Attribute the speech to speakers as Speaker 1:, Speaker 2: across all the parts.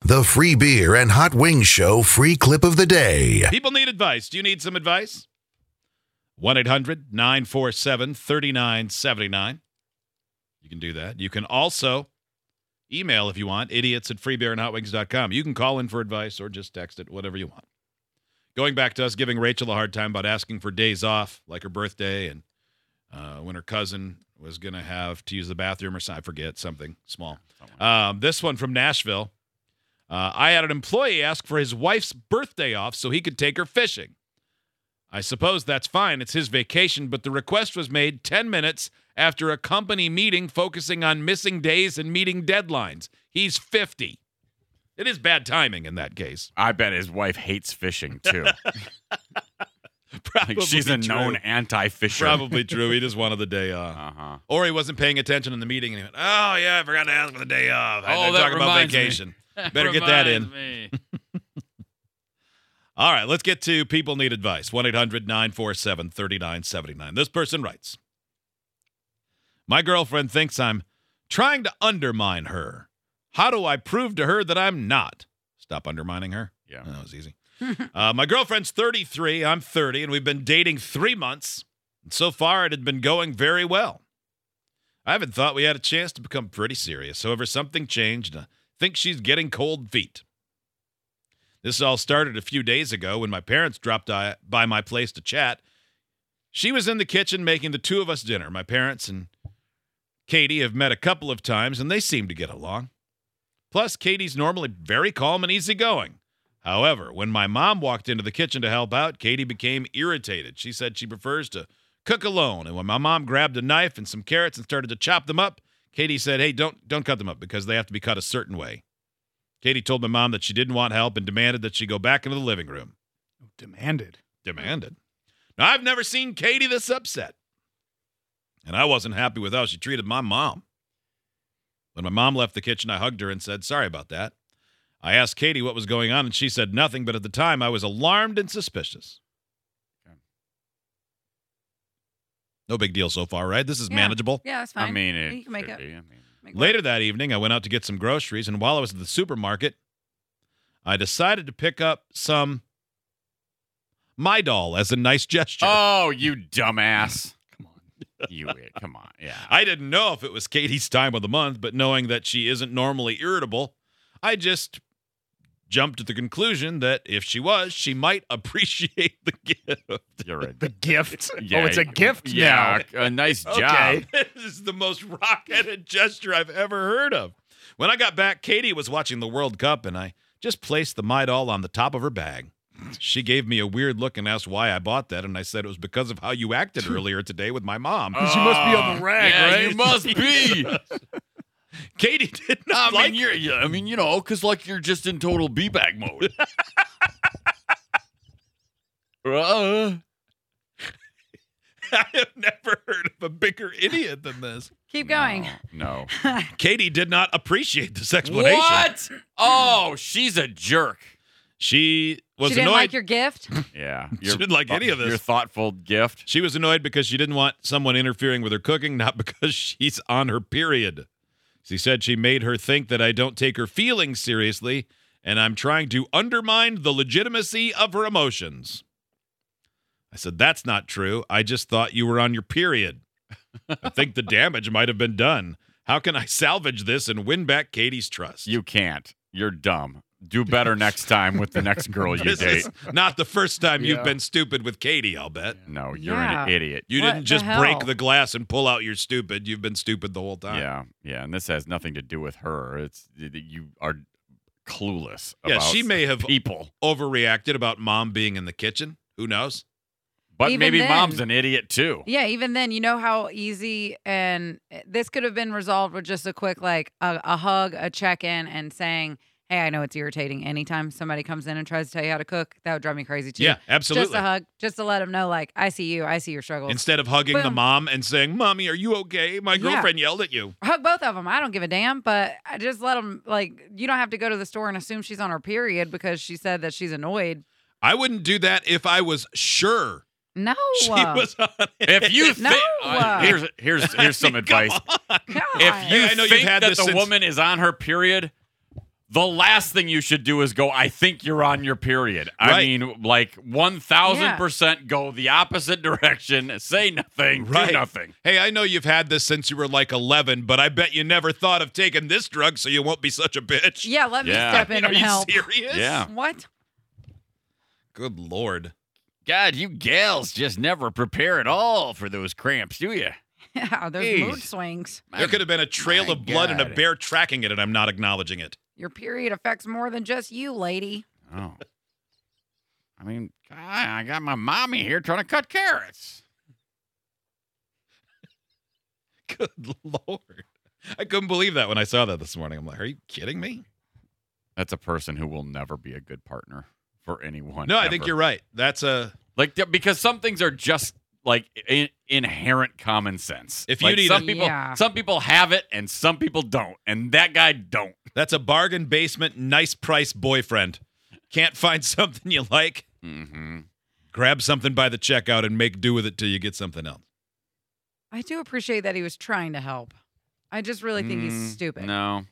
Speaker 1: The free beer and hot wings show free clip of the day.
Speaker 2: People need advice. Do you need some advice? 1 800 947 3979. You can do that. You can also email if you want idiots at freebeerandhotwings.com. You can call in for advice or just text it, whatever you want. Going back to us giving Rachel a hard time about asking for days off, like her birthday and uh, when her cousin was going to have to use the bathroom or something. I forget, something small. Um, this one from Nashville. Uh, I had an employee ask for his wife's birthday off so he could take her fishing. I suppose that's fine. It's his vacation, but the request was made 10 minutes after a company meeting focusing on missing days and meeting deadlines. He's 50. It is bad timing in that case.
Speaker 3: I bet his wife hates fishing too.
Speaker 2: Probably
Speaker 3: Like she's a known
Speaker 2: true.
Speaker 3: anti-fisher.
Speaker 2: Probably true. He just wanted the day off.
Speaker 3: Uh-huh.
Speaker 2: Or he wasn't paying attention in the meeting and he went, oh, yeah, I forgot to ask for the day off. I
Speaker 4: Oh,
Speaker 2: had to
Speaker 4: that
Speaker 2: talk about
Speaker 4: reminds me.
Speaker 2: vacation. Better get that in.
Speaker 4: Reminds me.
Speaker 2: All right, let's get to people need advice. 1 800 947 3979. This person writes My girlfriend thinks I'm trying to undermine her. How do I prove to her that I'm not? Stop undermining her.
Speaker 3: Yeah.
Speaker 2: That was easy. uh, my girlfriend's 33, I'm 30, and we've been dating three months. And so far, it had been going very well. I haven't thought we had a chance to become pretty serious. However, something changed, and I think she's getting cold feet. This all started a few days ago when my parents dropped i- by my place to chat. She was in the kitchen making the two of us dinner. My parents and Katie have met a couple of times and they seem to get along. Plus, Katie's normally very calm and easygoing. However, when my mom walked into the kitchen to help out, Katie became irritated. She said she prefers to cook alone. And when my mom grabbed a knife and some carrots and started to chop them up, Katie said, "Hey, don't don't cut them up because they have to be cut a certain way." Katie told my mom that she didn't want help and demanded that she go back into the living room.
Speaker 5: Demanded.
Speaker 2: Demanded. Now, I've never seen Katie this upset. And I wasn't happy with how she treated my mom. When my mom left the kitchen, I hugged her and said, Sorry about that. I asked Katie what was going on, and she said nothing, but at the time I was alarmed and suspicious.
Speaker 3: Okay.
Speaker 2: No big deal so far, right? This is
Speaker 6: Yeah.
Speaker 2: manageable.
Speaker 6: Yeah, it's fine.
Speaker 3: I mean, it
Speaker 6: You can make
Speaker 3: could
Speaker 6: it.
Speaker 3: be. I mean,
Speaker 6: Make it work.
Speaker 2: Later that evening, I went out to get some groceries, and while I was at the supermarket, I decided to pick up some My Doll as a nice gesture.
Speaker 3: Oh, you dumbass. Come on. You idiot. Come on. Yeah.
Speaker 2: I didn't know if it was Katie's time of the month, but knowing that she isn't normally irritable, I just jumped to the conclusion that if she was, she might appreciate the gift.
Speaker 3: You're right.
Speaker 5: The gift.
Speaker 3: Yeah,
Speaker 5: oh, it's a
Speaker 3: you-
Speaker 5: gift
Speaker 3: Yeah, a nice job.
Speaker 5: Okay.
Speaker 2: this is the most rock-headed gesture I've ever heard of. When I got back, Katie was watching the World Cup, and I just placed the My Doll on the top of her bag. She gave me a weird look and asked why I bought that, and I said it was because of how you acted earlier today with my mom.
Speaker 5: now. She must be on
Speaker 3: Oh,
Speaker 5: the rag,
Speaker 3: yeah,
Speaker 5: right?
Speaker 3: You must be.
Speaker 2: Katie did
Speaker 3: I
Speaker 2: not
Speaker 3: mean,
Speaker 2: like
Speaker 3: you're. yeah, I mean, you know, because like you're just in total b bag mode. Uh,
Speaker 2: I have never heard of a bigger idiot than this.
Speaker 6: Keep going.
Speaker 3: No.
Speaker 2: Katie did not appreciate this explanation.
Speaker 3: What? Oh, she's a jerk.
Speaker 2: She was
Speaker 6: she didn't
Speaker 2: annoyed.
Speaker 6: like your gift.
Speaker 3: Yeah.
Speaker 2: She didn't like any of this.
Speaker 3: Your thoughtful gift.
Speaker 2: she was annoyed because she didn't want someone interfering with her cooking, not because she's on her period. She said she made her think that I don't take her feelings seriously and I'm trying to undermine the legitimacy of her emotions. I said, That's not true. I just thought you were on your period. I think the damage might have been done. How can I salvage this and win back Katie's trust?
Speaker 3: You can't. You're dumb. Do better next time with the next girl you
Speaker 2: This
Speaker 3: date.
Speaker 2: is not the first time
Speaker 5: Yeah.
Speaker 2: you've been stupid with Katie, I'll bet.
Speaker 3: No, you're an
Speaker 6: Yeah.
Speaker 3: idiot.
Speaker 2: You
Speaker 6: What
Speaker 2: didn't
Speaker 6: the
Speaker 2: just break
Speaker 6: hell?
Speaker 2: the glass and pull out your stupid. You've been stupid the whole time.
Speaker 3: Yeah, yeah, and this has nothing to do with her. It's you are clueless.
Speaker 2: Yeah,
Speaker 3: about
Speaker 2: she may have
Speaker 3: people,
Speaker 2: overreacted about mom being in the kitchen. Who knows?
Speaker 3: but
Speaker 6: Even
Speaker 3: maybe
Speaker 6: then-
Speaker 3: mom's an idiot too.
Speaker 6: Yeah, even then, you know how easy and eh, this could have been resolved with just a quick, like a, a hug, a check in, and saying, Hey, I know it's irritating. Anytime somebody comes in and tries to tell you how to cook, that would drive me crazy too.
Speaker 2: Yeah, absolutely.
Speaker 6: Just a hug, just to let them know, like, I see you, I see your struggles.
Speaker 2: Instead of hugging the
Speaker 6: Boom.
Speaker 2: mom and saying, Mommy, are you okay? My
Speaker 6: Yeah.
Speaker 2: girlfriend yelled at you.
Speaker 6: hug both of them. I don't give a damn, but I just let them, like, you don't have to go to the store and assume she's on her period because she said that she's annoyed.
Speaker 2: I wouldn't do that if I was sure
Speaker 6: No.
Speaker 2: she
Speaker 6: uh.
Speaker 2: was on it.
Speaker 3: If you
Speaker 6: No.
Speaker 3: think uh, here's here's here's some advice.
Speaker 2: Come on.
Speaker 6: God.
Speaker 3: If you
Speaker 2: I know you've
Speaker 3: think
Speaker 2: had
Speaker 3: that
Speaker 2: this
Speaker 3: the
Speaker 2: since-
Speaker 3: woman is on her period, the last thing you should do is go, I think you're on your period. I
Speaker 2: Right.
Speaker 3: mean, like 1000% go the opposite direction, say nothing,
Speaker 2: Right.
Speaker 3: do nothing.
Speaker 2: Hey, I know you've had this since you were like 11, but I bet you never thought of taking this drug so you won't be such a bitch.
Speaker 6: Yeah, let me
Speaker 3: Yeah.
Speaker 6: step
Speaker 2: I mean,
Speaker 6: in
Speaker 2: are
Speaker 6: and
Speaker 2: you
Speaker 6: help.
Speaker 2: serious?
Speaker 3: Yeah.
Speaker 6: What?
Speaker 2: Good lord.
Speaker 3: God, you gals just never prepare at all for those cramps, do you?
Speaker 6: Yeah, those
Speaker 3: Jeez.
Speaker 6: mood swings.
Speaker 2: There could have been a trail
Speaker 3: my
Speaker 2: of blood and a
Speaker 3: God.
Speaker 2: bear tracking it, and I'm not acknowledging it.
Speaker 6: Your period affects more than just you, lady.
Speaker 3: Oh. I mean, God, I got my mommy here trying to cut carrots.
Speaker 2: Good lord. I couldn't believe that when I saw that this morning. I'm like, are you kidding me?
Speaker 3: That's a person who will never be a good partner for anyone.
Speaker 2: No, I think
Speaker 3: ever.
Speaker 2: you're right. That's a.
Speaker 3: Like th- because some things are just like in- inherent common sense.
Speaker 2: If you
Speaker 3: Like,
Speaker 2: need
Speaker 3: some
Speaker 6: a-
Speaker 3: people,
Speaker 6: Yeah.
Speaker 3: some people have it and some people don't, and that guy don't.
Speaker 2: That's a bargain basement, nice price boyfriend. Can't find something you like?
Speaker 3: Mm-hmm.
Speaker 2: Grab something by the checkout and make do with it till you get something else.
Speaker 6: I do appreciate that he was trying to help. I just really think he's stupid.
Speaker 3: Mm, No,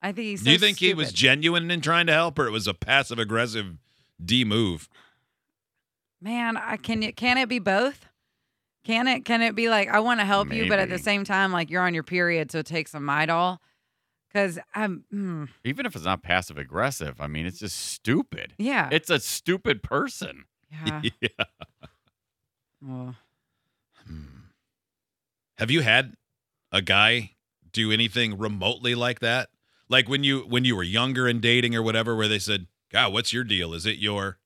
Speaker 6: I think he's.
Speaker 2: Mm, Do you
Speaker 6: so
Speaker 2: think he was
Speaker 6: stupid.
Speaker 2: genuine in trying to help, or it was a passive aggressive D move?
Speaker 6: Man, I can you can it be both? Can it can it be like I want to help you, but at the
Speaker 3: Maybe.
Speaker 6: same time, like you're on your period, so take some Midol. Because I'm, hmm,
Speaker 3: even if it's not passive aggressive, I mean, it's just stupid.
Speaker 6: yeah,
Speaker 3: It's a stupid person.
Speaker 6: yeah.
Speaker 2: yeah.
Speaker 6: Well,
Speaker 2: Hmm. Have you had a guy do anything remotely like that? Like when you when you were younger and dating or whatever, where they said, "God, what's your deal? Is it your?"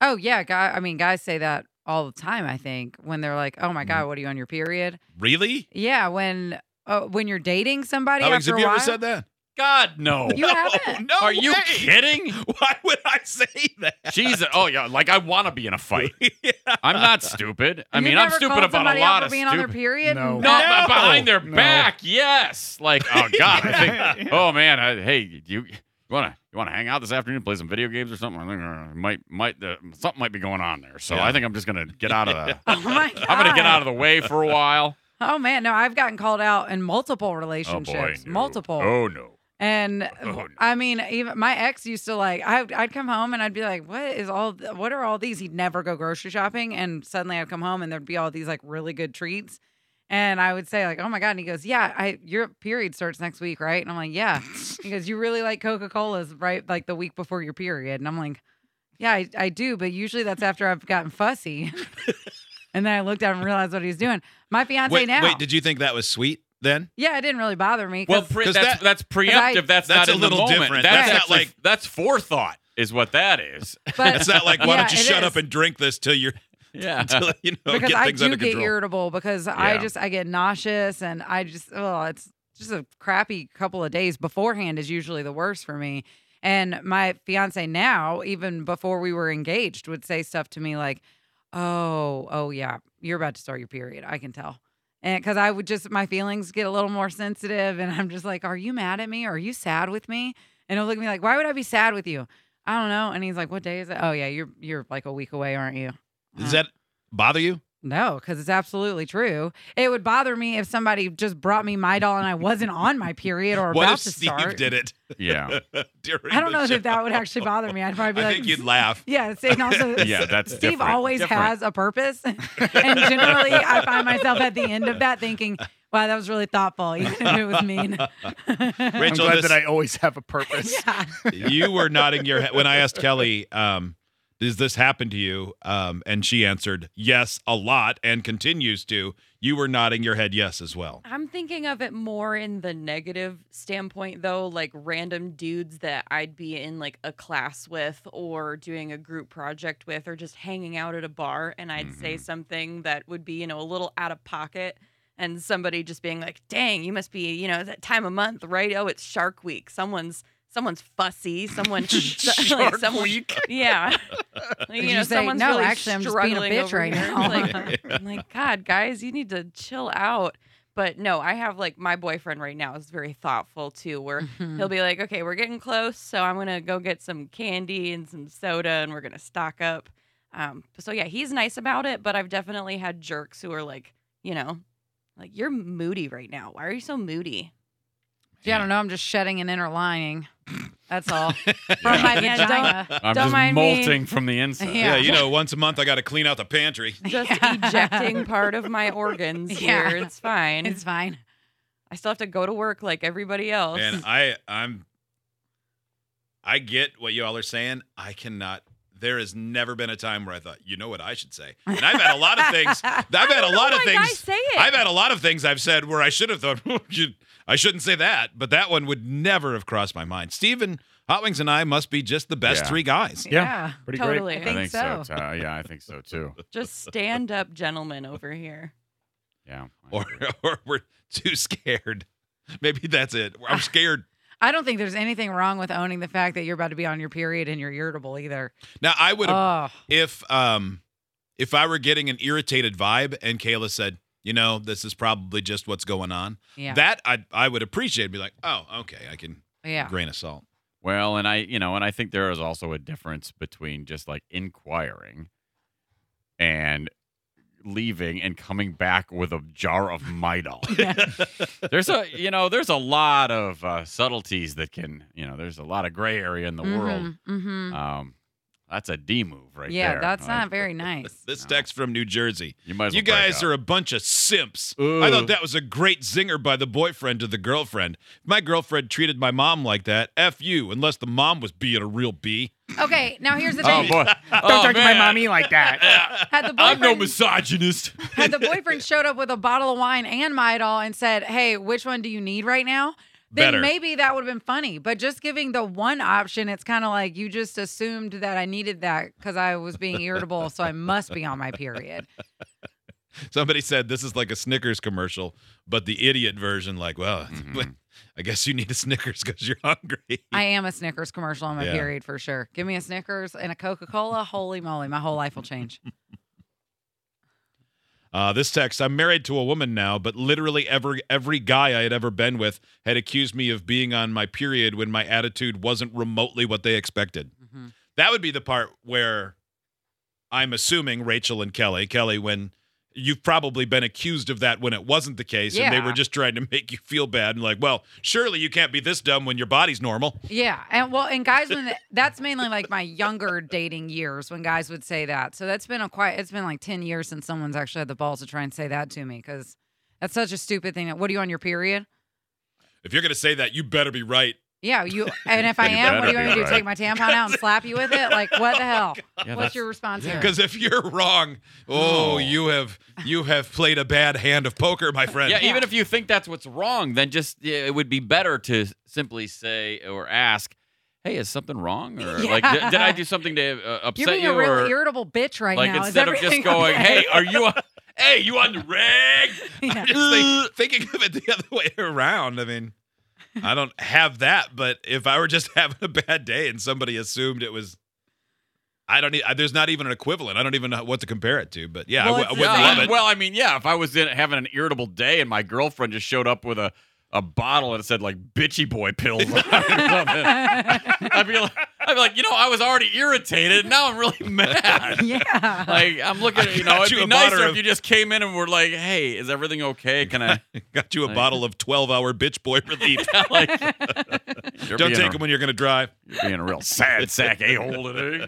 Speaker 6: Oh yeah, guy. I mean, guys say that all the time. I think when they're like, "Oh my
Speaker 2: Mm-hmm.
Speaker 6: god, what are you on your period?"
Speaker 2: Really?
Speaker 6: Yeah, when uh, when you're dating somebody.
Speaker 2: Alex,
Speaker 6: after
Speaker 2: have
Speaker 6: a
Speaker 2: you
Speaker 6: while,
Speaker 2: ever said that?
Speaker 3: God no.
Speaker 6: You haven't.
Speaker 2: No
Speaker 3: Are you
Speaker 2: way.
Speaker 3: kidding?
Speaker 2: Why would I say that?
Speaker 3: Jesus. Oh yeah. Like I want to be in a fight.
Speaker 2: Yeah.
Speaker 3: I'm not stupid. I
Speaker 6: You've
Speaker 3: mean, I'm
Speaker 6: never
Speaker 3: stupid
Speaker 6: called
Speaker 3: about
Speaker 6: somebody
Speaker 3: a
Speaker 6: out
Speaker 3: lot
Speaker 6: for
Speaker 3: of
Speaker 6: being
Speaker 3: stupid.
Speaker 6: on their period.
Speaker 4: No.
Speaker 6: And
Speaker 3: No,
Speaker 6: that-
Speaker 3: but behind their
Speaker 4: No.
Speaker 3: back. Yes. Like, oh god. I think, oh man. I, hey, you you want to you want to hang out this afternoon, play some video games or something? I think uh, might might uh, something might be going on there. So
Speaker 2: Yeah.
Speaker 3: I think I'm just gonna get out of the.
Speaker 6: Oh my god!
Speaker 3: I'm gonna get out of the way for a while.
Speaker 6: Oh man, no, I've gotten called out in multiple
Speaker 3: Oh boy.
Speaker 6: relationships,
Speaker 3: no.
Speaker 6: multiple.
Speaker 3: Oh no.
Speaker 6: And
Speaker 3: Oh, no.
Speaker 6: I mean, even my ex used to like. I, I'd come home and I'd be like, "What is all? th- What are all these?" He'd never go grocery shopping, and suddenly I'd come home and there'd be all these like really good treats, and I would say like, "Oh my god!" And he goes, "Yeah, I your period starts next week, right?" And I'm like, "Yeah." he goes, "You really like Coca Cola's, right? Like the week before your period?" And I'm like, "Yeah, I, I do, but usually that's after I've gotten fussy." and then I looked at him and realized what he was doing. My fiance
Speaker 2: Wait,
Speaker 6: now.
Speaker 2: wait, did you think that was sweet then?
Speaker 6: yeah, it didn't really bother me.
Speaker 3: Well,
Speaker 6: 'cause-
Speaker 3: pre-
Speaker 2: 'cause
Speaker 3: that's
Speaker 2: that-
Speaker 3: that's preemptive. that's,
Speaker 2: That's
Speaker 3: not
Speaker 2: a
Speaker 3: in
Speaker 2: little
Speaker 3: the moment.
Speaker 2: different.
Speaker 3: That's,
Speaker 2: That's not
Speaker 3: actually-
Speaker 2: like-
Speaker 3: that's forethought, is what that is.
Speaker 6: but
Speaker 2: It's not like, why
Speaker 6: Yeah,
Speaker 2: don't you
Speaker 6: it
Speaker 2: shut up
Speaker 6: is.
Speaker 2: and drink this till you're
Speaker 3: Yeah.
Speaker 2: till, you know
Speaker 6: because
Speaker 2: get
Speaker 6: I
Speaker 2: things
Speaker 6: do
Speaker 2: under
Speaker 6: get
Speaker 2: control.
Speaker 6: irritable because I
Speaker 3: Yeah.
Speaker 6: just I get nauseous and I just oh it's just a crappy couple of days beforehand is usually the worst for me. And my fiance now, even before we were engaged, would say stuff to me like, "Oh, oh yeah, you're about to start your period. I can tell." And because I would just my feelings get a little more sensitive, and I'm just like, "Are you mad at me? Are you sad with me?" And he'll look at me like, "Why would I be sad with you?" I don't know. And he's like, "What day is it? Oh yeah, you're you're like a week away, aren't you?"
Speaker 2: Does that bother you?
Speaker 6: No, because it's absolutely true. It would bother me if somebody just brought me my doll and I wasn't on my period or
Speaker 2: What
Speaker 6: about
Speaker 2: if
Speaker 6: to
Speaker 2: Steve
Speaker 6: start.
Speaker 2: did it?
Speaker 3: Yeah.
Speaker 2: during
Speaker 6: I don't
Speaker 2: the
Speaker 6: know if that would
Speaker 2: show?
Speaker 6: actually bother me. I'd probably be
Speaker 2: I
Speaker 6: like,
Speaker 2: think you'd laugh.
Speaker 6: yeah. it's- And also,
Speaker 3: Yeah, that's
Speaker 6: Steve
Speaker 3: different.
Speaker 6: always
Speaker 3: Different.
Speaker 6: has a purpose, and generally, I find myself at the end of that thinking, "Wow, that was really thoughtful, even if it was mean."
Speaker 4: I'm
Speaker 2: Rachel,
Speaker 4: glad
Speaker 2: this-
Speaker 4: that I always have a purpose.
Speaker 6: yeah.
Speaker 2: you were nodding your head when I asked Kelly, um, "Does this happen to you?" Um, and she answered, "Yes, a lot," and continues to. You were nodding your head, yes, as well.
Speaker 5: I'm thinking of it more in the negative standpoint, though, like random dudes that I'd be in like a class with or doing a group project with or just hanging out at a bar and I'd say
Speaker 3: Mhm.
Speaker 5: something that would be, you know, a little out of pocket and somebody just being like, dang, you must be, you know, that time of month, right? Oh, it's shark week. Someone's someone's fussy. Someone
Speaker 3: Shark Week.
Speaker 5: Yeah. Like,
Speaker 6: Did you say,
Speaker 5: someone's
Speaker 6: "No, actually, I'm just being a
Speaker 5: struggling
Speaker 6: bitch
Speaker 5: over
Speaker 6: right
Speaker 5: here."
Speaker 6: now.
Speaker 5: Like, I'm like, God, guys, you need to chill out. But no, I have like my boyfriend right now is very thoughtful too, where
Speaker 6: Mm-hmm.
Speaker 2: Mm-hmm.
Speaker 5: he'll be like, okay, we're getting close. So I'm going to go get some candy and some soda and we're going to stock up. Um, so yeah, he's nice about it. But I've definitely had jerks who are like, you know, like, you're moody right now. Why are you so moody?
Speaker 6: Yeah, I don't know. I'm just shedding an inner lining. That's all. From my
Speaker 5: Yeah,
Speaker 6: vagina.
Speaker 3: I'm
Speaker 5: Don't
Speaker 3: just
Speaker 5: mind me.
Speaker 3: molting from the inside.
Speaker 6: Yeah.
Speaker 2: Yeah, you know, once a month I got to clean out the pantry.
Speaker 5: Just
Speaker 6: Yeah.
Speaker 5: ejecting part of my organs
Speaker 6: Yeah.
Speaker 5: here. It's fine.
Speaker 6: It's fine.
Speaker 5: I still have to go to work like everybody else.
Speaker 2: And I I'm I get what y'all are saying. I cannot there has never been a time where I thought, you know what I should say. And I've had a lot of things. I've had a lot of
Speaker 5: I
Speaker 2: things.
Speaker 5: Oh say it.
Speaker 2: I've had a lot of things I've said where I should have thought "You- I shouldn't say that, but that one would never have crossed my mind. Steven, Hot Wings and I must be just the best
Speaker 3: Yeah.
Speaker 2: three guys.
Speaker 4: Yeah.
Speaker 6: yeah.
Speaker 4: Pretty great.
Speaker 5: totally.
Speaker 3: I
Speaker 6: think
Speaker 3: think so.
Speaker 6: so.
Speaker 3: too. yeah, I think so too.
Speaker 5: Just stand up, gentlemen, over here.
Speaker 3: Yeah.
Speaker 2: Or or we're too scared. Maybe that's it. I'm scared.
Speaker 6: I don't think there's anything wrong with owning the fact that you're about to be on your period and you're irritable either.
Speaker 2: Now I would have
Speaker 6: Oh,
Speaker 2: if um if I were getting an irritated vibe and Kayla said, you know, this is probably just what's going on,
Speaker 6: yeah.
Speaker 2: that I I would appreciate. Be like, oh, okay, I can
Speaker 6: yeah.
Speaker 2: grain of salt.
Speaker 3: Well, and I, you know, and I think there is also a difference between just like inquiring and leaving and coming back with a jar of Midol. there's a, you know, there's a lot of uh, subtleties that can, you know, there's a lot of gray area in the world.
Speaker 6: hmm
Speaker 3: Um, that's a D move right
Speaker 6: yeah,
Speaker 3: there.
Speaker 6: that's
Speaker 3: Like,
Speaker 6: not very nice.
Speaker 2: This
Speaker 3: No.
Speaker 2: text from New Jersey.
Speaker 3: You might as well
Speaker 2: You guys are a bunch of simps. I
Speaker 3: Ooh.
Speaker 2: thought that was a great zinger by the boyfriend to the girlfriend. If my girlfriend treated my mom like that, F you, unless the mom was being a real bee.
Speaker 6: Okay, now here's the
Speaker 3: Oh
Speaker 6: thing.
Speaker 3: boy!
Speaker 4: Don't talk to my mommy like that.
Speaker 6: had the
Speaker 3: I'm no
Speaker 6: boyfriend
Speaker 3: misogynist.
Speaker 6: had the boyfriend showed up with a bottle of wine and Midol and said, "Hey, which one do you need right now?" Then
Speaker 2: Better.
Speaker 6: maybe that would have been funny. But just giving the one option, it's kind of like you just assumed that I needed that because I was being irritable, so I must be on my period.
Speaker 2: Somebody said this is like a Snickers commercial, but the idiot version, like, well,
Speaker 3: Mhm.
Speaker 2: I guess you need a Snickers because you're hungry.
Speaker 6: I am a Snickers commercial on my
Speaker 2: Yeah.
Speaker 6: period for sure. Give me a Snickers and a Coca Cola. Holy moly, my whole life will change.
Speaker 2: Uh, this text: I'm married to a woman now, but literally every every guy I had ever been with had accused me of being on my period when my attitude wasn't remotely what they expected.
Speaker 6: Mhm.
Speaker 2: That would be the part where I'm assuming Rachel and Kelly, Kelly, when you've probably been accused of that when it wasn't the case, and they
Speaker 6: Yeah.
Speaker 2: were just trying to make you feel bad and like, well, surely you can't be this dumb when your body's normal.
Speaker 6: Yeah, and well, and guys, when that's mainly like my younger dating years when guys would say that. So that's been a quite. It's been like ten years since someone's actually had the balls to try and say that to me because that's such a stupid thing. What are you on your period?
Speaker 2: If you're gonna say that, you better be right.
Speaker 6: Yeah, you. And if I
Speaker 3: You
Speaker 6: am, what do you
Speaker 3: better
Speaker 6: want me to
Speaker 3: be Oh,
Speaker 6: do? Take my tampon out and slap you with it? Like what the hell?
Speaker 3: Yeah,
Speaker 6: What's
Speaker 3: that's-
Speaker 6: your response here?
Speaker 2: Because if you're wrong, oh,
Speaker 3: No.
Speaker 2: you have you have played a bad hand of poker, my friend.
Speaker 3: Yeah, even if you think that's what's wrong, then just yeah, it would be better to simply say or ask, "Hey, is something wrong?" Or like,
Speaker 6: Yeah.
Speaker 3: "Did, did I do something to uh,
Speaker 6: You're
Speaker 3: upset
Speaker 6: being
Speaker 3: you?"
Speaker 6: a real
Speaker 3: or
Speaker 6: irritable bitch right
Speaker 3: like
Speaker 6: now. Is
Speaker 3: instead of just
Speaker 6: everything
Speaker 3: going,
Speaker 6: okay?
Speaker 3: "Hey, are you?" On, hey, you on the rag?
Speaker 6: Yeah.
Speaker 2: I'm just
Speaker 3: Uh.
Speaker 2: think- thinking of it the other way around. I mean, I don't have that, but if I were just having a bad day and somebody assumed it was, I don't. e- I- There's not even an equivalent. I don't even know what to compare it to. But yeah, I
Speaker 6: Well,
Speaker 2: w- I
Speaker 6: it's
Speaker 2: would
Speaker 6: the
Speaker 2: love
Speaker 6: same.
Speaker 2: it.
Speaker 3: Well, I mean, yeah. If I was in, having an irritable day and my girlfriend just showed up with a a bottle and it said like "bitchy boy pills," on it or something, I'd be like, I'd be like, you know, I was already irritated. and Now I'm really mad.
Speaker 6: yeah.
Speaker 3: Like I'm looking
Speaker 2: I
Speaker 3: at you
Speaker 2: got
Speaker 3: know, it'd
Speaker 2: you a
Speaker 3: be nicer
Speaker 2: bottle
Speaker 3: if
Speaker 2: of-
Speaker 3: you just came in and were like, "Hey, is everything okay? Can I
Speaker 2: Got you a
Speaker 3: Like-
Speaker 2: bottle of 12 hour bitch boy relief.
Speaker 3: like?"
Speaker 2: don't take them when you're gonna drive.
Speaker 3: You're being a real sad sack a hole today.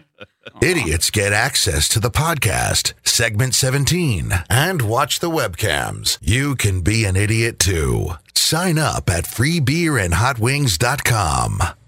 Speaker 1: Idiots get access to the podcast, segment 17, and watch the webcams. You can be an idiot too. Sign up at freebeerandhotwings.com.